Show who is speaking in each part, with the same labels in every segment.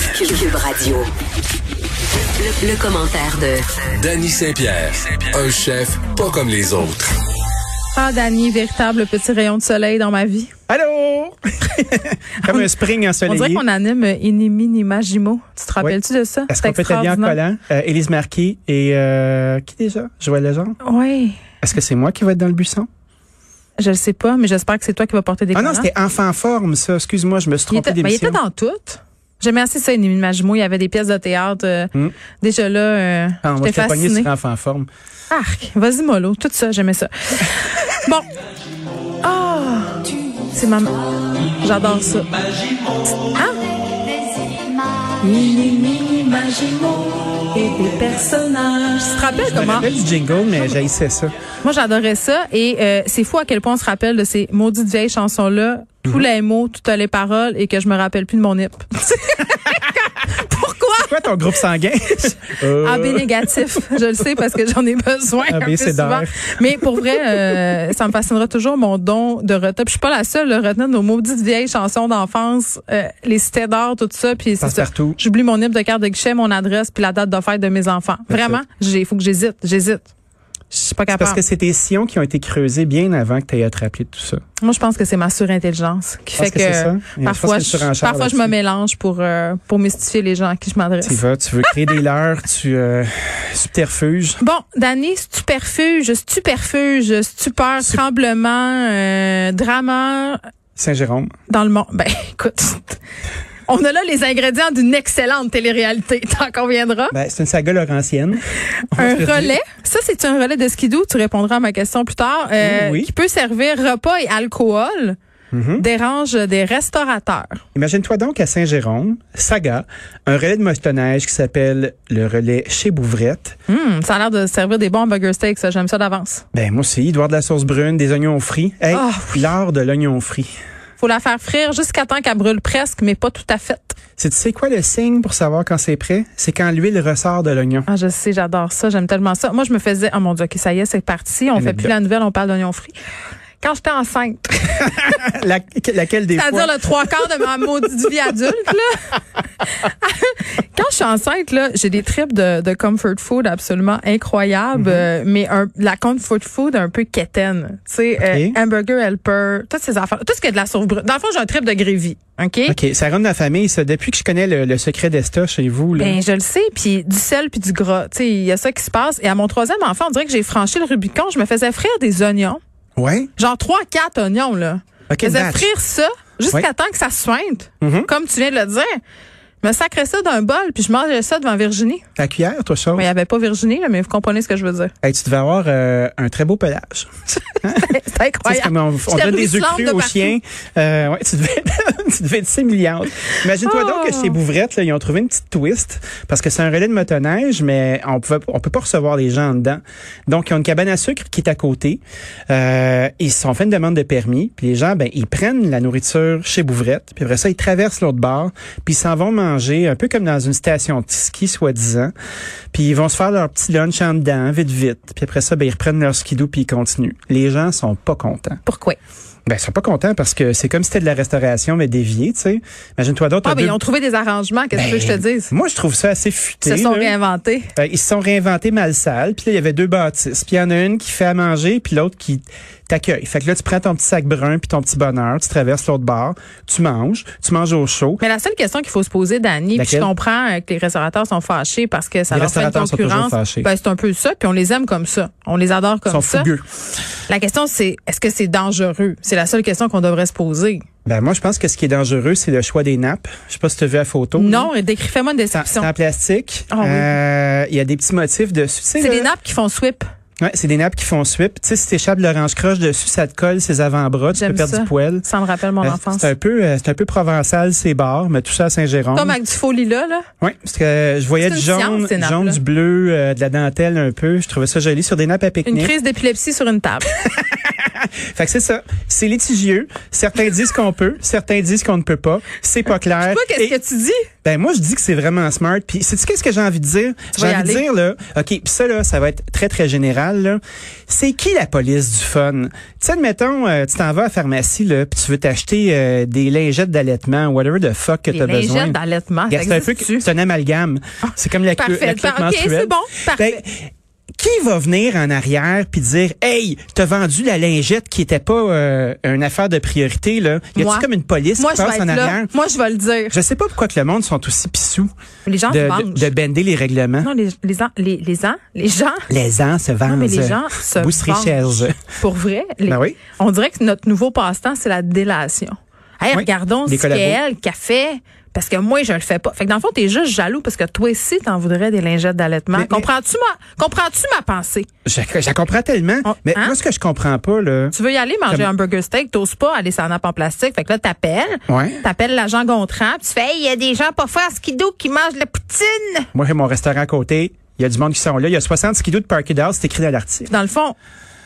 Speaker 1: Cube Radio. Le, le commentaire de
Speaker 2: Danny Saint-Pierre, un chef pas comme les autres.
Speaker 3: Ah, Dani, véritable petit rayon de soleil dans ma vie.
Speaker 4: Allô? Comme un spring
Speaker 3: On dirait
Speaker 4: ensoleillé.
Speaker 3: qu'on anime euh, Inimi Nimajimo. Tu te rappelles-tu de ça?
Speaker 4: Est-ce qu'on peut être bien en collant? Euh, Élise Marquis et euh, qui déjà? Joël Legendre?
Speaker 3: Oui.
Speaker 4: Est-ce que c'est moi qui vais être dans le buisson?
Speaker 3: Je le sais pas, mais j'espère que c'est toi qui vas porter des
Speaker 4: Ah non,
Speaker 3: collants.
Speaker 4: c'était enfant forme, ça. Excuse-moi, je me suis
Speaker 3: il
Speaker 4: trompé
Speaker 3: était, mais il
Speaker 4: d'émission.
Speaker 3: était dans toutes. J'aimais assez ça, Inimi Nimajimo. Il y avait des pièces de théâtre. euh, Déjà là, euh,
Speaker 4: Hmm. Ah, on va
Speaker 3: j'étais
Speaker 4: te pogner
Speaker 3: fascinée.
Speaker 4: sur enfant forme.
Speaker 3: Arc, vas-y mollo, tout ça, j'aimais ça. bon. Ah, c'est maman. J'adore ça. Hein? Mini, et des personnages. Tu te rappelles
Speaker 4: Je me
Speaker 3: comment?
Speaker 4: rappelle du jingle, mais j'haïssais ça.
Speaker 3: Moi, j'adorais ça. Et euh, c'est fou à quel point on se rappelle de ces maudites vieilles chansons-là.
Speaker 4: Mhm.
Speaker 3: Tous les mots, toutes les paroles, et que je me rappelle plus de mon nip. Pourquoi?
Speaker 4: Quoi ton groupe sanguin? Euh,
Speaker 3: AB négatif, je le sais parce que j'en ai besoin un
Speaker 4: AB,
Speaker 3: peu
Speaker 4: c'est
Speaker 3: souvent.
Speaker 4: d'air.
Speaker 3: Mais pour vrai, euh, ça me fascinera toujours mon don de retenir. Puis Je suis pas la seule à retenir nos maudites vieilles chansons d'enfance, euh, les cités d'or, tout ça. Puis c'est ça.
Speaker 4: Passe-partout.
Speaker 3: J'oublie mon nip de carte de guichet, mon adresse, puis la date de fête de mes enfants. Vraiment, il faut que j'hésite, j'hésite. Je suis pas
Speaker 4: C'est parce
Speaker 3: capable.
Speaker 4: que c'est des sillons qui ont été creusés bien avant que tu aies à te rappeler de tout ça.
Speaker 3: Moi, je pense que c'est ma surintelligence qui
Speaker 4: Parce
Speaker 3: fait
Speaker 4: que
Speaker 3: que,
Speaker 4: c'est ça. Il y a- je
Speaker 3: parfois,
Speaker 4: pense qu'il y a une
Speaker 3: je,
Speaker 4: surenchère
Speaker 3: parfois je me
Speaker 4: là-dessus.
Speaker 3: mélange pour euh, pour mystifier les gens à qui je m'adresse.
Speaker 4: Tu y vas, tu veux créer des leurres, tu euh, subterfuges.
Speaker 3: Bon, Danny, superfuge, superfuge, stupeur, tremblement, euh, drama
Speaker 4: Saint-Jérôme.
Speaker 3: dans le monde. Ben, écoute, on a là les ingrédients d'une excellente télé-réalité, t'en conviendras.
Speaker 4: Ben, c'est une saga laurentienne. On
Speaker 3: Un
Speaker 4: se le dit.
Speaker 3: relais, ça c'est un relais de skidoo, tu répondras à ma question plus tard, euh,
Speaker 4: Mm, oui. Mm-hmm.
Speaker 3: qui peut servir repas et alcool, dérange des restaurateurs.
Speaker 4: Imagine-toi donc à Saint-Jérôme, Saga, un relais de motoneige qui s'appelle le relais chez Bouvrette.
Speaker 3: Hum, ça a l'air de servir des bons burger steaks, ça, j'aime ça d'avance.
Speaker 4: Ben moi aussi, il doit y avoir de la sauce brune, des oignons frits. Hey,
Speaker 3: Ah,
Speaker 4: l'art de l'oignon frit.
Speaker 3: Faut la faire frire jusqu'à temps qu'elle brûle presque, mais pas tout à fait.
Speaker 4: C'est tu sais quoi le signe pour savoir quand c'est prêt C'est quand l'huile ressort de l'oignon.
Speaker 3: Ah, je sais, j'adore ça, j'aime tellement ça. Moi, je me faisais, oh mon Dieu, OK, ça y est, c'est parti, on fait
Speaker 4: Anecdote.
Speaker 3: plus la nouvelle, on parle d'oignons frits. Quand j'étais enceinte,
Speaker 4: La- laquelle des fois
Speaker 3: c'est-à-dire le trois quarts de ma maudite vie adulte, là. Quand je suis enceinte, là, j'ai des tripes de, de comfort food absolument incroyables,
Speaker 4: Mm-hmm.
Speaker 3: euh, mais un, la comfort food un peu quétaine. Tu sais, euh,
Speaker 4: OK.
Speaker 3: hamburger helper, toutes ces affaires, tout ce qui est de la sauce brune. Dans le fond, j'ai un trip de grévy, OK?
Speaker 4: Ok, ça rend de la famille. Ça. Depuis que je connais le, le secret d'Esta chez vous, là,
Speaker 3: Ben, je le sais, puis du sel puis du gras, tu sais, il y a ça qui se passe. Et à mon troisième enfant, on dirait que j'ai franchi le Rubicon, je me faisais frire des oignons.
Speaker 4: ouais.
Speaker 3: genre trois, quatre oignons, là.
Speaker 4: Ok,
Speaker 3: Je faisais
Speaker 4: batch.
Speaker 3: frire ça jusqu'à
Speaker 4: Ouais.
Speaker 3: temps que ça sointe, comme tu viens de le dire. Je me sacrais ça d'un bol, puis je mangeais ça devant Virginie.
Speaker 4: Ta cuillère, toi, ça.
Speaker 3: Mais il n'y avait pas Virginie, là, mais vous comprenez ce que je veux dire.
Speaker 4: Hey, tu devais avoir euh, un très beau pelage.
Speaker 3: C'est
Speaker 4: Tu sais, c'est
Speaker 3: incroyable.
Speaker 4: comme on, on
Speaker 3: J'étais
Speaker 4: donne des œufs
Speaker 3: ruisselante
Speaker 4: crus
Speaker 3: de
Speaker 4: aux
Speaker 3: partout.
Speaker 4: chiens. Euh, ouais, tu devais, tu devais être sémillante. Imagine-toi
Speaker 3: Oh.
Speaker 4: donc que chez Bouvrette, là, ils ont trouvé une petite twist parce que c'est un relais de motoneige, mais on pouvait, on peut pas recevoir les gens en dedans. Donc, ils ont une cabane à sucre qui est à côté. Euh, ils se sont fait une demande de permis. Puis les gens, ben, ils prennent la nourriture chez Bouvrette. Puis après ça, ils traversent l'autre bar. Puis ils s'en vont manger un peu comme dans une station de ski, soi-disant. Puis ils vont se faire leur petit lunch en dedans, vite, vite. Puis après ça, ben, ils reprennent leur skidoo puis ils continuent. Les gens sont pas contents.
Speaker 3: Pourquoi?
Speaker 4: Ben, ils sont pas contents parce que c'est comme si c'était de la restauration, mais déviée, tu sais. Imagine-toi d'autres.
Speaker 3: Ah, ben, ils ont trouvé des arrangements, qu'est-ce que tu veux que je te dise?
Speaker 4: Moi, je trouve ça assez
Speaker 3: Ils
Speaker 4: futé.
Speaker 3: se sont
Speaker 4: Ben, là.
Speaker 3: réinventés.
Speaker 4: Euh, ils se sont réinventés mal sale. Puis là, il y avait deux bâtisses. Puis il y en a une qui fait à manger, puis l'autre qui t'accueille. Fait que là, tu prends ton petit sac brun, puis ton petit bonheur, tu traverses l'autre bar, tu manges, tu manges au chaud.
Speaker 3: Mais la seule question qu'il faut se poser, Dani, puis je
Speaker 4: Laquelle?
Speaker 3: comprends euh, que les restaurateurs sont fâchés parce que ça
Speaker 4: Les
Speaker 3: leur fait une
Speaker 4: restaurateurs sont toujours
Speaker 3: concurrence.
Speaker 4: fâchés.
Speaker 3: Ben, c'est un peu ça, puis on les aime comme ça. On les adore
Speaker 4: Ils
Speaker 3: comme
Speaker 4: sont
Speaker 3: ça.
Speaker 4: fougueux.
Speaker 3: La question, c'est est-ce que c'est dangereux? C'est la seule question qu'on devrait se poser.
Speaker 4: Ben, moi, je pense que ce qui est dangereux, c'est le choix des nappes. Je sais pas si tu as vu la photo.
Speaker 3: Non, et décris, fais-moi une
Speaker 4: C'est en- C'est
Speaker 3: description.
Speaker 4: en plastique.
Speaker 3: Ah oui.
Speaker 4: Euh, Il y a des petits motifs dessus. Tu sais,
Speaker 3: C'est
Speaker 4: là,
Speaker 3: des nappes qui font sweep.
Speaker 4: Ouais, c'est des nappes qui font sweep. Tu sais, si t'échappes l'orange croche dessus, ça te colle ses avant-bras, tu peux
Speaker 3: J'aime
Speaker 4: perdre
Speaker 3: ça.
Speaker 4: du poil.
Speaker 3: Ça me rappelle mon
Speaker 4: Euh,
Speaker 3: enfance.
Speaker 4: C'est un peu, euh, c'est un peu provençal ces bars, mais tout ça à Saint-Jérôme.
Speaker 3: Comme avec du faux lilas, là.
Speaker 4: Oui, parce que euh, je voyais
Speaker 3: C'est
Speaker 4: du
Speaker 3: une science,
Speaker 4: jaune,
Speaker 3: ces nappes-là.
Speaker 4: jaune, du bleu, euh, de la dentelle un peu. Je trouvais ça joli sur des nappes à
Speaker 3: Une
Speaker 4: pique-nique.
Speaker 3: crise d'épilepsie sur une table.
Speaker 4: Fait que c'est ça. C'est litigieux. Certains disent qu'on peut, certains disent qu'on ne peut pas. C'est pas clair.
Speaker 3: Toi, qu'est-ce
Speaker 4: Et-
Speaker 3: que tu dis?
Speaker 4: Ben moi je dis que c'est vraiment smart. Puis c'est qu'est-ce que j'ai envie de dire
Speaker 3: Tu
Speaker 4: J'ai
Speaker 3: vas y
Speaker 4: envie de
Speaker 3: aller.
Speaker 4: dire là, OK, puis ça là, ça va être très très général là. C'est qui la police du fun Tu sais admettons euh, tu t'en vas à la pharmacie là, puis tu veux t'acheter euh, des lingettes d'allaitement whatever the fuck que tu as
Speaker 3: Les
Speaker 4: besoin.
Speaker 3: lingettes d'allaitement, ça
Speaker 4: Regarde, C'est un peu
Speaker 3: existe
Speaker 4: que- c'est un amalgame. C'est comme la, clo-
Speaker 3: Parfait.
Speaker 4: la clope
Speaker 3: Ok, c'est
Speaker 4: menstruelle.
Speaker 3: bon. Parfait.
Speaker 4: Ben, qui va venir en arrière puis dire hey t'as vendu la lingette qui était pas euh, une affaire de priorité là y
Speaker 3: Moi.
Speaker 4: a-tu comme une police
Speaker 3: Moi,
Speaker 4: qui
Speaker 3: je vais
Speaker 4: passe
Speaker 3: être
Speaker 4: en
Speaker 3: là.
Speaker 4: arrière
Speaker 3: Moi, je vais le dire.
Speaker 4: je sais pas pourquoi que le monde sont aussi pissous
Speaker 3: Les gens
Speaker 4: de,
Speaker 3: se
Speaker 4: de,
Speaker 3: vengent.
Speaker 4: de bender les règlements.
Speaker 3: Non, les, les, gens- les, les gens, les gens,
Speaker 4: Les ans se vendent.
Speaker 3: non, mais les gens se
Speaker 4: Bousserie
Speaker 3: vengent.
Speaker 4: Cherge.
Speaker 3: Pour vrai, les-
Speaker 4: Ben oui.
Speaker 3: on dirait que notre nouveau passe-temps, c'est la délation. Hey,
Speaker 4: Oui,
Speaker 3: regardons
Speaker 4: les
Speaker 3: ce qu'elle
Speaker 4: collabos.
Speaker 3: elle qu'a fait, parce que moi, je le fais pas. Fait que dans le fond, t'es juste jaloux parce que toi aussi, t'en voudrais des lingettes d'allaitement.
Speaker 4: Mais- mais-
Speaker 3: Comprends-tu ma, comprends-tu ma pensée?
Speaker 4: Je, je la comprends tellement.
Speaker 3: Oh,
Speaker 4: mais
Speaker 3: hein?
Speaker 4: moi, ce que je comprends pas, là.
Speaker 3: Tu veux y aller manger
Speaker 4: Comme-
Speaker 3: un burger steak, t'oses pas aller sur un nappe en plastique. Fait que là, t'appelles.
Speaker 4: Ouais.
Speaker 3: T'appelles l'agent Gontran, puis tu fais, Hey, il y a des gens pas forts skidoo qui mangent de la poutine.
Speaker 4: Moi, j'ai mon restaurant à côté. Il y a du monde qui sont là. Il y a 60 skidoux de Parky House. C'est écrit dans l'article.
Speaker 3: Dans le fond,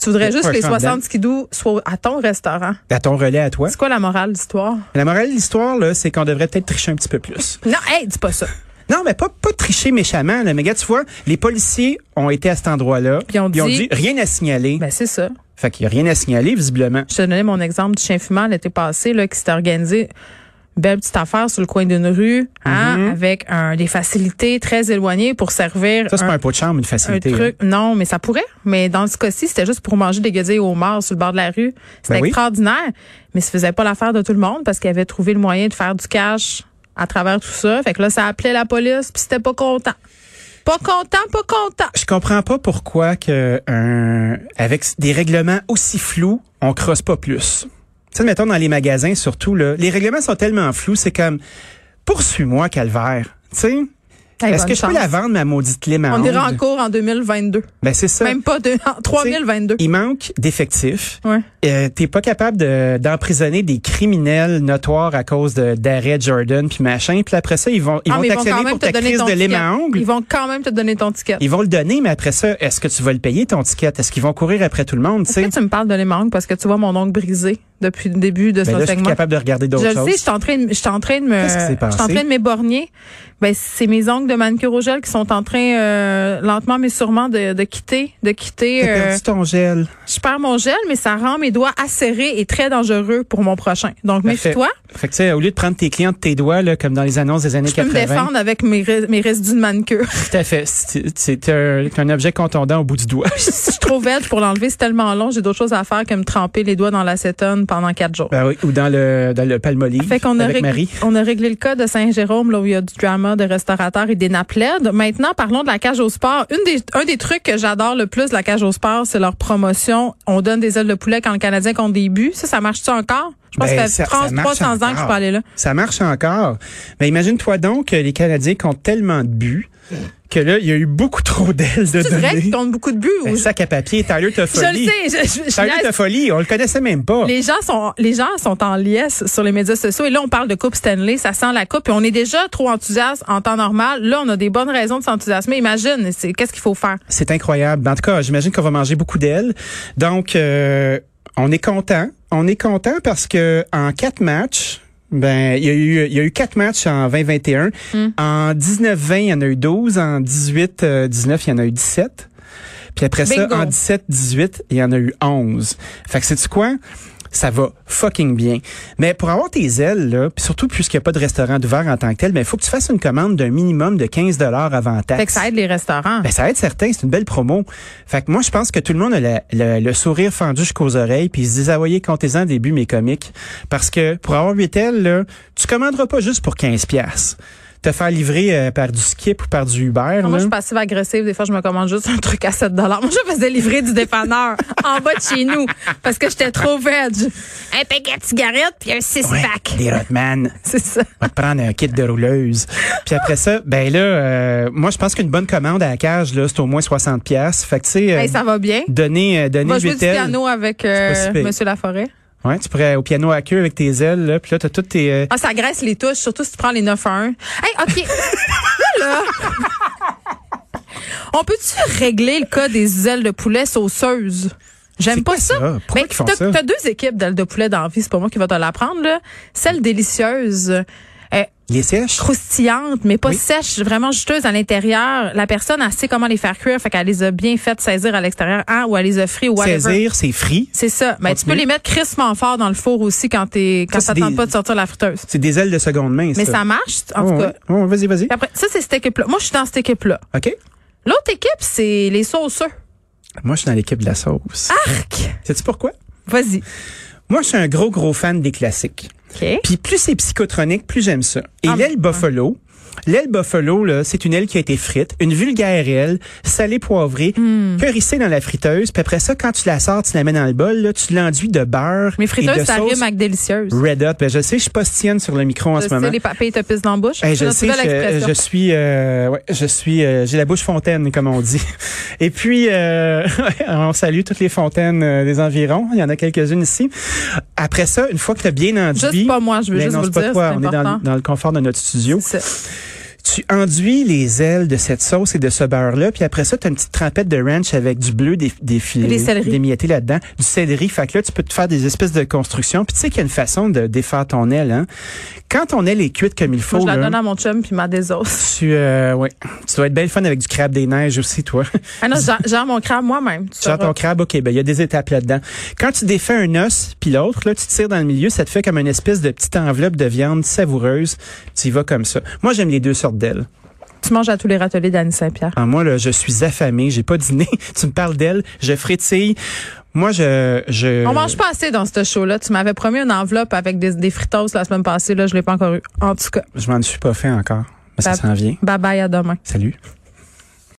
Speaker 3: tu voudrais
Speaker 4: Ouais,
Speaker 3: juste que les
Speaker 4: je suis en
Speaker 3: 60 skidoo soient à ton restaurant.
Speaker 4: À ton relais à toi.
Speaker 3: C'est quoi la morale de l'histoire?
Speaker 4: La morale de l'histoire, là, c'est qu'on devrait peut-être tricher un petit peu plus.
Speaker 3: Non, hey, dis pas ça.
Speaker 4: Non, mais pas, pas tricher méchamment, là. Mais gars, tu vois, les policiers ont été à cet endroit-là.
Speaker 3: Puis ils ont dit-
Speaker 4: rien à signaler.
Speaker 3: Ben, c'est ça.
Speaker 4: Fait qu'il n'y a rien à signaler, visiblement.
Speaker 3: Je te donnais mon exemple du chien fumant l'été passé, là, qui s'était organisé une belle petite affaire sur le coin d'une rue, hein,
Speaker 4: Mm-hmm.
Speaker 3: avec un, des facilités très éloignées pour servir
Speaker 4: Ça, c'est pas
Speaker 3: un,
Speaker 4: un pot de chambre, une
Speaker 3: un
Speaker 4: facilité. hein.
Speaker 3: truc. Non, mais ça pourrait. Mais dans ce cas-ci, c'était juste pour manger des guédilles au mort sur le bord de la rue. C'était
Speaker 4: Ben oui.
Speaker 3: extraordinaire. Mais ça faisait pas l'affaire de tout le monde parce qu'ils avaient trouvé le moyen de faire du cash à travers tout ça. Fait que là, ça appelait la police, puis c'était pas content. Pas content, pas content.
Speaker 4: Je comprends pas pourquoi que un- avec des règlements aussi flous, on crosse pas plus. Tu sais, mettons dans les magasins surtout là, les règlements sont tellement flous, c'est comme poursuis-moi calvaire. Tu sais,
Speaker 3: Hey,
Speaker 4: est-ce
Speaker 3: bonne
Speaker 4: que je
Speaker 3: chance.
Speaker 4: peux la vendre ma maudite lime à
Speaker 3: On est
Speaker 4: ondes?
Speaker 3: en cours en 2022.
Speaker 4: Ben c'est ça.
Speaker 3: Même pas de, en 3022.
Speaker 4: Il manque d'effectifs.
Speaker 3: Ouais.
Speaker 4: Euh, T'es pas capable de- d'emprisonner des criminels notoires à cause de d'arrêt Jordan puis machin. Puis après ça, ils vont ils
Speaker 3: Ah,
Speaker 4: vont
Speaker 3: mais
Speaker 4: t'actionner pour ta crise de lime
Speaker 3: ticket.
Speaker 4: à ongles.
Speaker 3: Ils vont quand même te donner ton ticket.
Speaker 4: Ils vont le donner, mais après ça, est-ce que tu vas le payer ton ticket? Est-ce qu'ils vont courir après tout le monde? tu
Speaker 3: Est-ce
Speaker 4: sais?
Speaker 3: que tu me parles de lime à ongles parce que tu vois mon ongle brisé depuis le début de
Speaker 4: Mais
Speaker 3: ce
Speaker 4: Ben là, je suis plus
Speaker 3: segment?
Speaker 4: capable de regarder
Speaker 3: Je
Speaker 4: d'autres
Speaker 3: le
Speaker 4: choses.
Speaker 3: sais, je suis en train de, je suis en train de me,
Speaker 4: Qu'est-ce qui s'est
Speaker 3: je suis en
Speaker 4: passé?
Speaker 3: train de m'éborgner. Ben, c'est mes ongles de manucure au gel qui sont en train, euh, lentement mais sûrement de, de quitter, de quitter,
Speaker 4: T'as
Speaker 3: euh,
Speaker 4: perdu ton gel.
Speaker 3: je perds mon gel, mais ça rend mes doigts acérés et très dangereux pour mon prochain. Donc,
Speaker 4: Parfait.
Speaker 3: méfie-toi.
Speaker 4: Fait que, tu sais, au lieu de prendre tes clients de tes doigts, là, comme dans les annonces des années
Speaker 3: Je peux me
Speaker 4: 80.
Speaker 3: défendre avec mes, ré- mes résidus de manucure.
Speaker 4: Tout à fait. C'est c'est un, c'est un objet contondant au bout du doigt.
Speaker 3: si je suis trop verte pour l'enlever, c'est tellement long, j'ai d'autres choses à faire que me tremper les doigts dans l'acétone pendant quatre jours.
Speaker 4: Ben oui, ou dans le, dans le palmolive.
Speaker 3: Fait qu'on a,
Speaker 4: avec
Speaker 3: réglé-
Speaker 4: Marie.
Speaker 3: on a réglé le cas de Saint-Jérôme, là où il y a du drama de restaurateurs et des naplèdes. Maintenant, parlons de la cage au sport. Une des, un des trucs que j'adore le plus de la cage au sport, c'est leur promotion. On donne des ailes de poulet quand le Canadien compte des buts. Ça, ça marche-tu encore? Je pense
Speaker 4: Ben,
Speaker 3: que ça fait
Speaker 4: ça- ça
Speaker 3: 30,
Speaker 4: marche
Speaker 3: 300 ans que je
Speaker 4: encore.
Speaker 3: peux aller là.
Speaker 4: Ça marche encore. Mais imagine-toi donc que les Canadiens comptent tellement de buts que là, il y a eu beaucoup trop d'ailes de
Speaker 3: Tu dirais
Speaker 4: données.
Speaker 3: qu'ils comptent beaucoup de buts?
Speaker 4: Un
Speaker 3: ou-
Speaker 4: sac à papier, Tyler
Speaker 3: je le
Speaker 4: Toffoli.
Speaker 3: sais, je, je- je
Speaker 4: Tyler
Speaker 3: laisse-
Speaker 4: Toffoli, on le connaissait même pas.
Speaker 3: Les gens sont les gens sont en liesse sur les médias sociaux et là on parle de coupe Stanley, ça sent la coupe et on est déjà trop enthousiaste en temps normal. Là on a des bonnes raisons de s'enthousiasmer. Imagine, c'est qu'est-ce qu'il faut faire
Speaker 4: C'est incroyable. En tout cas, j'imagine qu'on va manger beaucoup d'ailes. Donc, euh, on est content. On est content parce que en quatre matchs, ben il y a eu il y a eu quatre matchs en 2021.
Speaker 3: Hmm.
Speaker 4: En 19-20, il y en a eu 12. En 18-19, il y en a eu 17. Puis après
Speaker 3: Bingo.
Speaker 4: ça, en 17-18, il y en a eu 11. Fait que c'est quoi? Ça va fucking bien. Mais pour avoir tes ailes, là, puis surtout puisqu'il n'y a pas de restaurant d'ouvert en tant que tel, mais il faut que tu fasses une commande d'un minimum de 15 avant taxe.
Speaker 3: Fait que ça aide les restaurants.
Speaker 4: Ben, ça va être certain, c'est une belle promo. Fait que moi, je pense que tout le monde a le, le- le sourire fendu jusqu'aux oreilles, puis ils se disent, ah voyez, comptez-en des buts, mes comiques. Parce que pour avoir 8 ailes, là, tu commanderas pas juste pour 15 pièces. Te faire livrer euh, par du skip ou par du Uber.
Speaker 3: Moi,
Speaker 4: là.
Speaker 3: je suis passive agressive. Des fois, je me commande juste un truc à 7 Moi, je faisais livrer du dépanneur en bas de chez nous parce que j'étais trop veg. Un paquet de cigarettes puis un
Speaker 4: Ouais,
Speaker 3: six-pack.
Speaker 4: des Rotman.
Speaker 3: C'est ça.
Speaker 4: On va te prendre un kit de rouleuse. Puis après ça, ben là, euh, moi, je pense qu'une bonne commande à la cage, là, c'est au moins 60 pièces. Fait que, tu sais, euh,
Speaker 3: Hey, ça va bien.
Speaker 4: donner, euh, donner
Speaker 3: Va jouer du
Speaker 4: 8 ailes.
Speaker 3: piano avec euh,
Speaker 4: C'est pas si pire.
Speaker 3: Monsieur Laforêt.
Speaker 4: Ouais, tu pourrais au piano à queue avec tes ailes, là, puis là, t'as toutes tes... euh,
Speaker 3: Ah, ça graisse les touches, surtout si tu prends les 9 à 1. Hey, OK. Là, là. On peut-tu régler le cas des ailes de poulet sauceuses? J'aime
Speaker 4: C'est
Speaker 3: pas
Speaker 4: quoi
Speaker 3: ça.
Speaker 4: ça? Pourquoi
Speaker 3: Mais
Speaker 4: qu'ils font
Speaker 3: t'as-
Speaker 4: ça?
Speaker 3: T'as deux équipes d'ailes de poulet dans la vie, c'est pas moi qui va te l'apprendre, là. Celle délicieuse. euh,
Speaker 4: Les sèches?
Speaker 3: croustillantes, mais pas
Speaker 4: Oui.
Speaker 3: sèches, vraiment juteuses à l'intérieur. La personne, elle sait comment les faire cuire, fait qu'elle les a bien faites saisir à l'extérieur, hein, ou elle les a frites, ou whatever.
Speaker 4: Saisir, c'est frit.
Speaker 3: C'est ça. Mais tu peux
Speaker 4: Continue.
Speaker 3: les mettre crispement fort dans le four aussi quand t'es, quand
Speaker 4: Ça, c'est
Speaker 3: t'attends
Speaker 4: des-
Speaker 3: pas de sortir la friteuse.
Speaker 4: C'est des ailes de seconde main,
Speaker 3: Mais ça marche, en tout
Speaker 4: Oh,
Speaker 3: cas.
Speaker 4: ouais. Oh, vas-y, vas-y.
Speaker 3: Puis Après, ça, c'est cette équipe-là. Moi, je suis dans cette équipe-là.
Speaker 4: OK.
Speaker 3: L'autre équipe, c'est les sauceux.
Speaker 4: Moi, je suis dans l'équipe de la sauce.
Speaker 3: Ah! Arc!
Speaker 4: Sais-tu pourquoi?
Speaker 3: Vas-y.
Speaker 4: Moi, je suis un gros, gros fan des classiques.
Speaker 3: OK.
Speaker 4: Puis plus c'est psychotronique, plus j'aime ça. Et
Speaker 3: Ah,
Speaker 4: l'aile buffalo, l'aile buffalo, là, c'est une aile qui a été frite, une vulgaire aile, salée poivrée,
Speaker 3: Hmm.
Speaker 4: purissée dans la friteuse. Puis après ça, quand tu la sors, tu la mets dans le bol, là, tu l'enduis de beurre
Speaker 3: Mais
Speaker 4: et
Speaker 3: friteuse,
Speaker 4: de
Speaker 3: ça
Speaker 4: sauce
Speaker 3: rime avec délicieuse.
Speaker 4: Red Hot. Ben, je sais, je postienne sur le micro en
Speaker 3: Je
Speaker 4: ce
Speaker 3: sais,
Speaker 4: moment.
Speaker 3: les papilles te pissent dans la bouche.
Speaker 4: Eh,
Speaker 3: C'est
Speaker 4: je
Speaker 3: notre
Speaker 4: sais,
Speaker 3: nouvelle
Speaker 4: je,
Speaker 3: expression.
Speaker 4: je suis, euh, ouais, je suis, euh, j'ai la bouche fontaine comme on dit. Et puis, euh, on salue toutes les fontaines euh, des environs. Il y en a quelques-unes ici. Après ça, une fois que tu as bien enduit,
Speaker 3: Juste pas moi, je veux
Speaker 4: mais
Speaker 3: juste
Speaker 4: non,
Speaker 3: vous le
Speaker 4: c'est pas
Speaker 3: dire.
Speaker 4: toi,
Speaker 3: c'est
Speaker 4: on est dans,
Speaker 3: important.
Speaker 4: dans le confort de notre studio.
Speaker 3: C'est ça.
Speaker 4: Tu enduis les ailes de cette sauce et de ce beurre-là, puis après ça, tu as une petite trempette de ranch avec du bleu, des, des filets,
Speaker 3: Des céleris.
Speaker 4: des miettés là-dedans, du céleri. Fait que là, tu peux te faire des espèces de constructions. Puis tu sais qu'il y a une façon de défaire ton aile. Hein? Quand ton aile est cuite comme il
Speaker 3: Moi,
Speaker 4: faut,
Speaker 3: je la
Speaker 4: là,
Speaker 3: donne à mon chum puis m'a désosse.
Speaker 4: tu, euh, ouais. tu dois être belle fun avec du crabe des neiges aussi, toi.
Speaker 3: Ah non, j'ai- j'ai mon crabe moi-même. tu
Speaker 4: Tu as
Speaker 3: sauras.
Speaker 4: ton crabe, OK, ben il y a des étapes là-dedans. Quand tu défais un os, puis l'autre, là, tu tires dans le milieu, ça te fait comme une espèce de petite enveloppe de viande savoureuse. Tu y vas comme ça. Moi, j'aime les deux sortes d'ailes.
Speaker 3: Tu manges à tous les râteliers d'Annie Saint-Pierre.
Speaker 4: Ah, moi, là, je suis affamé, j'ai pas dîné. tu me parles d'ailes, je frétille. Moi, je... je...
Speaker 3: On mange pas assez dans ce show-là. Tu m'avais promis une enveloppe avec des, des friteuses la semaine passée. Là, je l'ai pas encore eu. En tout cas,
Speaker 4: Je m'en suis pas fait encore, mais ça
Speaker 3: Bah-
Speaker 4: s'en vient.
Speaker 3: bye bye à demain.
Speaker 4: Salut.